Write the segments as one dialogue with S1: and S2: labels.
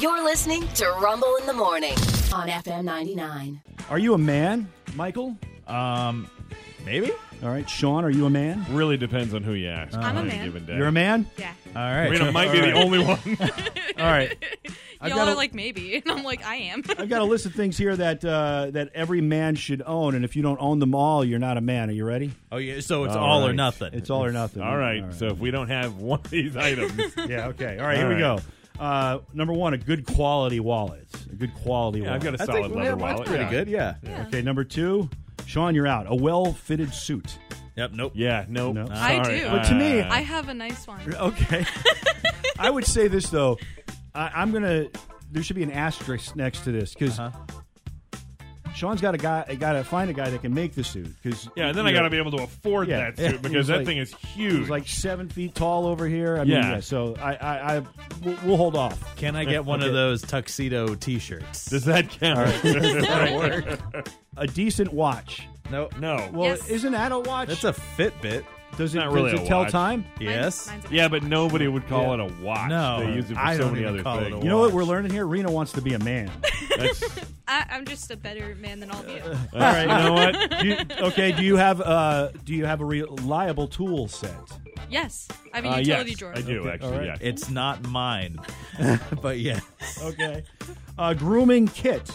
S1: You're listening to Rumble in the Morning on FM 99.
S2: Are you a man, Michael?
S3: Um, maybe.
S2: All right, Sean, are you a man?
S3: Really depends on who you ask.
S4: I'm a
S3: on any
S4: man.
S3: Given day.
S2: You're a man?
S4: Yeah.
S2: All right.
S3: Rena might be the only one.
S2: All right. I've
S4: Y'all
S2: got
S4: are
S2: a-
S4: like, maybe. And I'm like, I am.
S2: I've got a list of things here that uh, that every man should own, and if you don't own them all, you're not a man. Are you ready?
S5: Oh yeah, so it's
S3: All
S5: all, or
S3: right.
S5: nothing.
S2: It's all or nothing.
S3: All right. So if we don't have one of these items,
S2: yeah, okay. All right,
S3: All
S2: here we
S3: right.
S2: go. Uh, number one, a good quality wallet. A good quality
S3: yeah, I've
S2: wallet.
S3: got a solid leather wallet.
S5: That's pretty
S3: yeah.
S5: good. Yeah.
S2: Okay, number two, Sean, you're out. A well-fitted suit.
S5: Yep. Nope.
S3: Yeah. No.
S2: No.
S4: I
S3: Sorry.
S4: do.
S2: But to me,
S3: Uh,
S4: I have a nice one.
S2: Okay. I would say this though. I, I'm gonna. There should be an asterisk next to this because
S3: Uh-huh.
S2: Sean's got a guy. Got to find a guy that can make the suit. Because
S3: yeah. And then I got to be able to afford
S2: Yeah.
S3: that
S2: Yeah.
S3: suit
S2: It
S3: because
S2: was
S3: that
S2: like-
S3: thing is huge.
S2: He's like seven feet tall over here. I mean,
S3: Yeah.
S2: yeah. So I, I, I we'll, we'll hold off.
S5: Can I get one
S2: Okay.
S5: of those tuxedo T-shirts?
S3: Does that count?
S2: A decent watch.
S5: no.
S3: no.
S2: Well,
S4: Yes.
S2: isn't that a watch?
S5: That's a Fitbit.
S2: does it,
S3: not really
S2: does
S3: a
S2: it tell
S3: watch.
S2: time?
S4: Mine's,
S5: Yes.
S4: mine's a-
S3: yeah, but nobody would call it a watch.
S5: No.
S3: They use it for
S5: I
S3: so
S5: don't
S3: many
S5: even
S3: other
S5: call it a
S3: things.
S2: You know what
S5: Watch.
S2: we're learning here? Rena wants to be a man.
S3: That's,
S4: I, I'm just a better man than all of you.
S3: all right. You know what?
S2: Do you- okay. Do you have uh, Do you have a reliable tool set?
S4: Yes. I have a
S3: Uh,
S4: utility
S3: yes,
S4: drawer.
S3: I do
S2: Okay,
S3: actually.
S2: all right.
S3: Yeah.
S5: It's not mine, but yeah.
S2: Okay. Uh, grooming kit.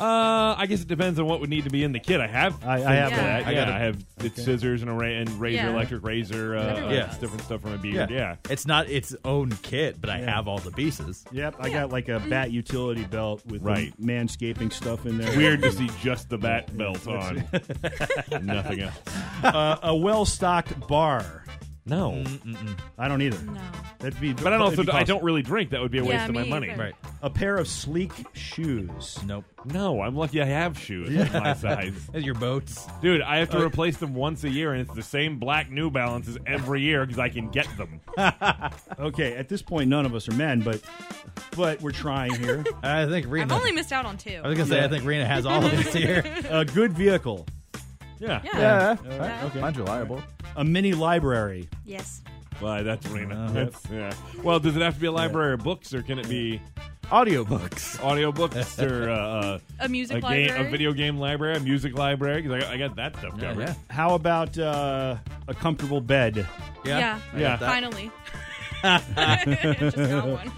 S3: Uh, I guess it depends on what would need to be in the kit. I have,
S2: I- I
S3: things
S2: have
S3: for
S4: one.
S3: that.
S5: I
S3: yeah,
S5: got a-
S3: I have it's scissors and a ra- and razor,
S4: Yeah.
S3: electric razor, uh,
S4: Everyone
S3: yeah.
S5: does.
S3: different stuff from a beard. Yeah,
S5: It's not its own kit, but I have all the pieces.
S2: Yep, I got like a bat utility belt with the
S3: Right.
S2: manscaping stuff in there.
S3: weird to see just the bat belt on, nothing else.
S2: Uh, a well-stocked bar.
S3: No,
S2: I don't either.
S4: No.
S2: That'd be.
S3: but I
S2: it'd
S3: also
S2: be
S3: I
S2: costly.
S3: don't really drink. That would be a
S4: Yeah,
S3: waste of my
S4: me
S3: money.
S4: either.
S5: Right.
S2: A pair of sleek shoes.
S5: Nope.
S3: No, I'm lucky I have shoes of my size,
S5: Your boats.
S3: dude. I have to replace them once a year, and it's the same black New Balances every year because I can get them.
S2: Okay, at this point, none of us are men, but but we're trying here.
S5: I think Rena.
S4: I've only missed out on two.
S5: I was gonna say I think Rena has all of this here.
S2: a good vehicle.
S3: Yeah,
S4: Yeah.
S2: Alright, okay.
S6: Mine's reliable.
S2: A mini library.
S4: Yes.
S3: Well, that's Rena. That's, yeah. Well, does it have to be a library of books, or can it be?
S5: Audiobooks.
S3: audiobooks or uh, uh,
S4: A music
S3: a, game,
S4: library.
S3: a video game library, a music library, because I, I got that stuff covered.
S5: yeah.
S2: How about uh, a comfortable bed?
S4: Yeah.
S5: I got
S3: Yeah.
S5: that.
S4: Finally. just got one.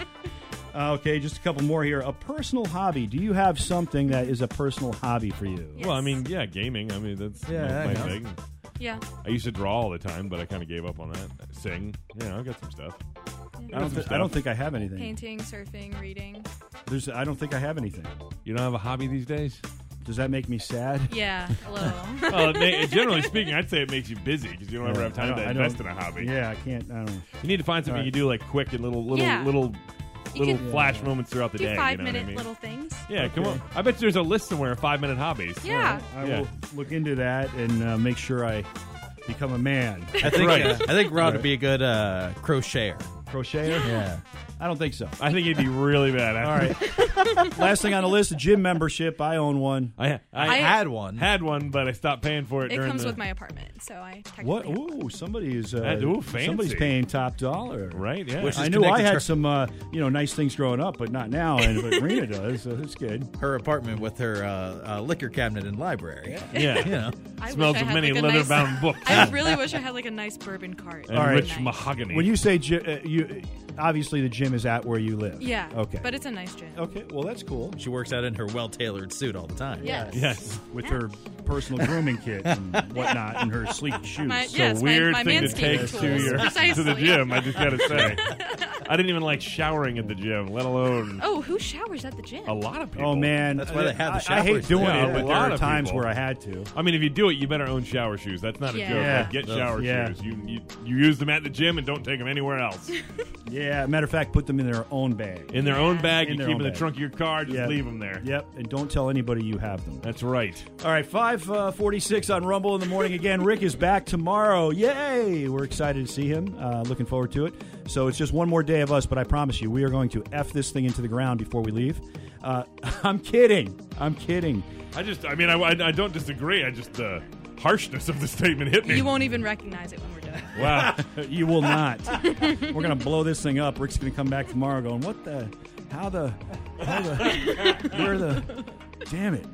S2: Uh, okay, just a couple more here. A personal hobby. Do you have something that is a personal hobby for you?
S3: Well, I mean, yeah, gaming. I mean, that's
S5: Yeah,
S3: my-
S5: that
S3: my,
S5: counts.
S3: thing.
S4: Yeah.
S3: I used to draw all the time, but I kind of gave up on that. Sing, yeah, I got some stuff.
S2: I don't, thi- I don't think I have anything.
S4: Painting, surfing, reading.
S2: There's, I don't think I have anything.
S3: You don't have a hobby these days.
S2: Does that make me sad?
S4: Yeah. Hello.
S3: well, it ma- generally speaking, I'd say it makes you busy because you don't ever have
S2: I
S3: time
S2: don't-
S3: to
S2: I don't-
S3: invest in a hobby.
S2: Yeah, I can't. I don't.
S3: You need to find something
S2: All right.
S3: you do like quick and little, little,
S4: Yeah.
S3: little,
S4: You
S3: little
S4: can
S3: flash moments throughout the
S4: Do
S3: day.
S4: five
S3: you know what I
S4: minute
S3: mean?
S4: little things.
S3: Yeah, come
S2: Okay.
S3: on. I bet there's a list somewhere of five minute hobbies.
S4: Yeah.
S2: I
S3: Yeah.
S2: will look into that and uh, make sure I become a man.
S5: I think
S3: Right.
S5: uh, I think Rod would be a good uh, crocheter.
S2: Crocheter?
S5: Yeah.
S2: I don't think so.
S3: I think it'd be really bad.
S2: All right. Last thing on the list: gym membership. I own one.
S3: I,
S5: I,
S3: I,
S5: had one.
S3: had one, but I stopped paying for it.
S4: It
S3: during
S4: comes
S3: the,
S4: with my apartment, so I technically
S2: What?
S4: have
S2: Ooh, somebody is. Uh,
S3: That- ooh, fancy.
S2: Somebody's paying top dollar.
S3: right. Yeah,
S5: Which is
S2: I knew I
S5: connected to-
S2: had some, uh, you know, nice things growing up, but not now. And but Rena does, so it's good.
S5: her apartment with her uh, uh, liquor cabinet and library.
S3: yeah.
S5: You know.
S4: I wish
S3: Smells
S4: I
S3: of
S4: had,
S3: many
S4: like, a nice-
S3: leather-bound books.
S4: I really wish I had like a nice bourbon cart.
S3: and
S2: All right.
S3: rich
S4: Nice.
S3: mahogany.
S2: When you say gy- uh, you, obviously the gym is at where you live.
S4: Yeah.
S2: Okay.
S4: But it's a nice gym.
S2: okay. Well, that's cool.
S5: She works out in her well tailored suit all the time.
S4: Yes.
S3: yes,
S2: with her personal grooming kit and whatnot and her sleek shoes.
S4: My,
S2: So-
S4: yes,
S3: weird
S4: my, my
S3: thing to
S4: manscaping
S3: take
S4: tools.
S3: to your to
S4: Precisely.
S3: the gym. I just gotta say, I didn't even like showering at the gym, let alone
S4: Oh, who showers at the gym?
S3: a lot of people.
S2: oh man,
S5: That's why they have the
S2: I, I hate
S5: showers
S2: doing it,
S3: there. Yeah,
S2: but
S3: a
S2: there
S3: lot
S2: are
S3: of
S2: times
S3: people.
S2: where I had to.
S3: I mean, if you do it, you better own shower shoes. That's not a
S4: Yeah.
S3: joke.
S2: Yeah.
S3: Like, get
S5: Those-
S3: shower
S2: yeah.
S3: shoes. You, you you use them at the gym and don't take them anywhere else.
S2: Yeah, matter of fact, put them in their own bag.
S3: In their own bag,
S2: In
S3: you
S2: their
S3: keep
S2: own
S3: them in
S2: bag.
S3: the trunk of your car. Just
S2: Yeah.
S3: leave them there.
S2: Yep, and don't tell anybody you have them.
S3: That's right.
S2: All right, five uh, forty-six on Rumble in the morning again. Rick is back tomorrow. Yay! We're excited to see him. Uh, looking forward to it. So it's just one more day of us, but I promise you, we are going to f this thing into the ground before we leave. Uh, I'm kidding. I'm kidding.
S3: I just, I mean, I, I, I don't disagree. I just uh, harshness of the statement hit me.
S4: You won't even recognize it when we're done.
S3: Wow.
S2: you will not. We're gonna blow this thing up. Rick's gonna come back tomorrow going, "What the? How the? How the? Where the? Damn it!"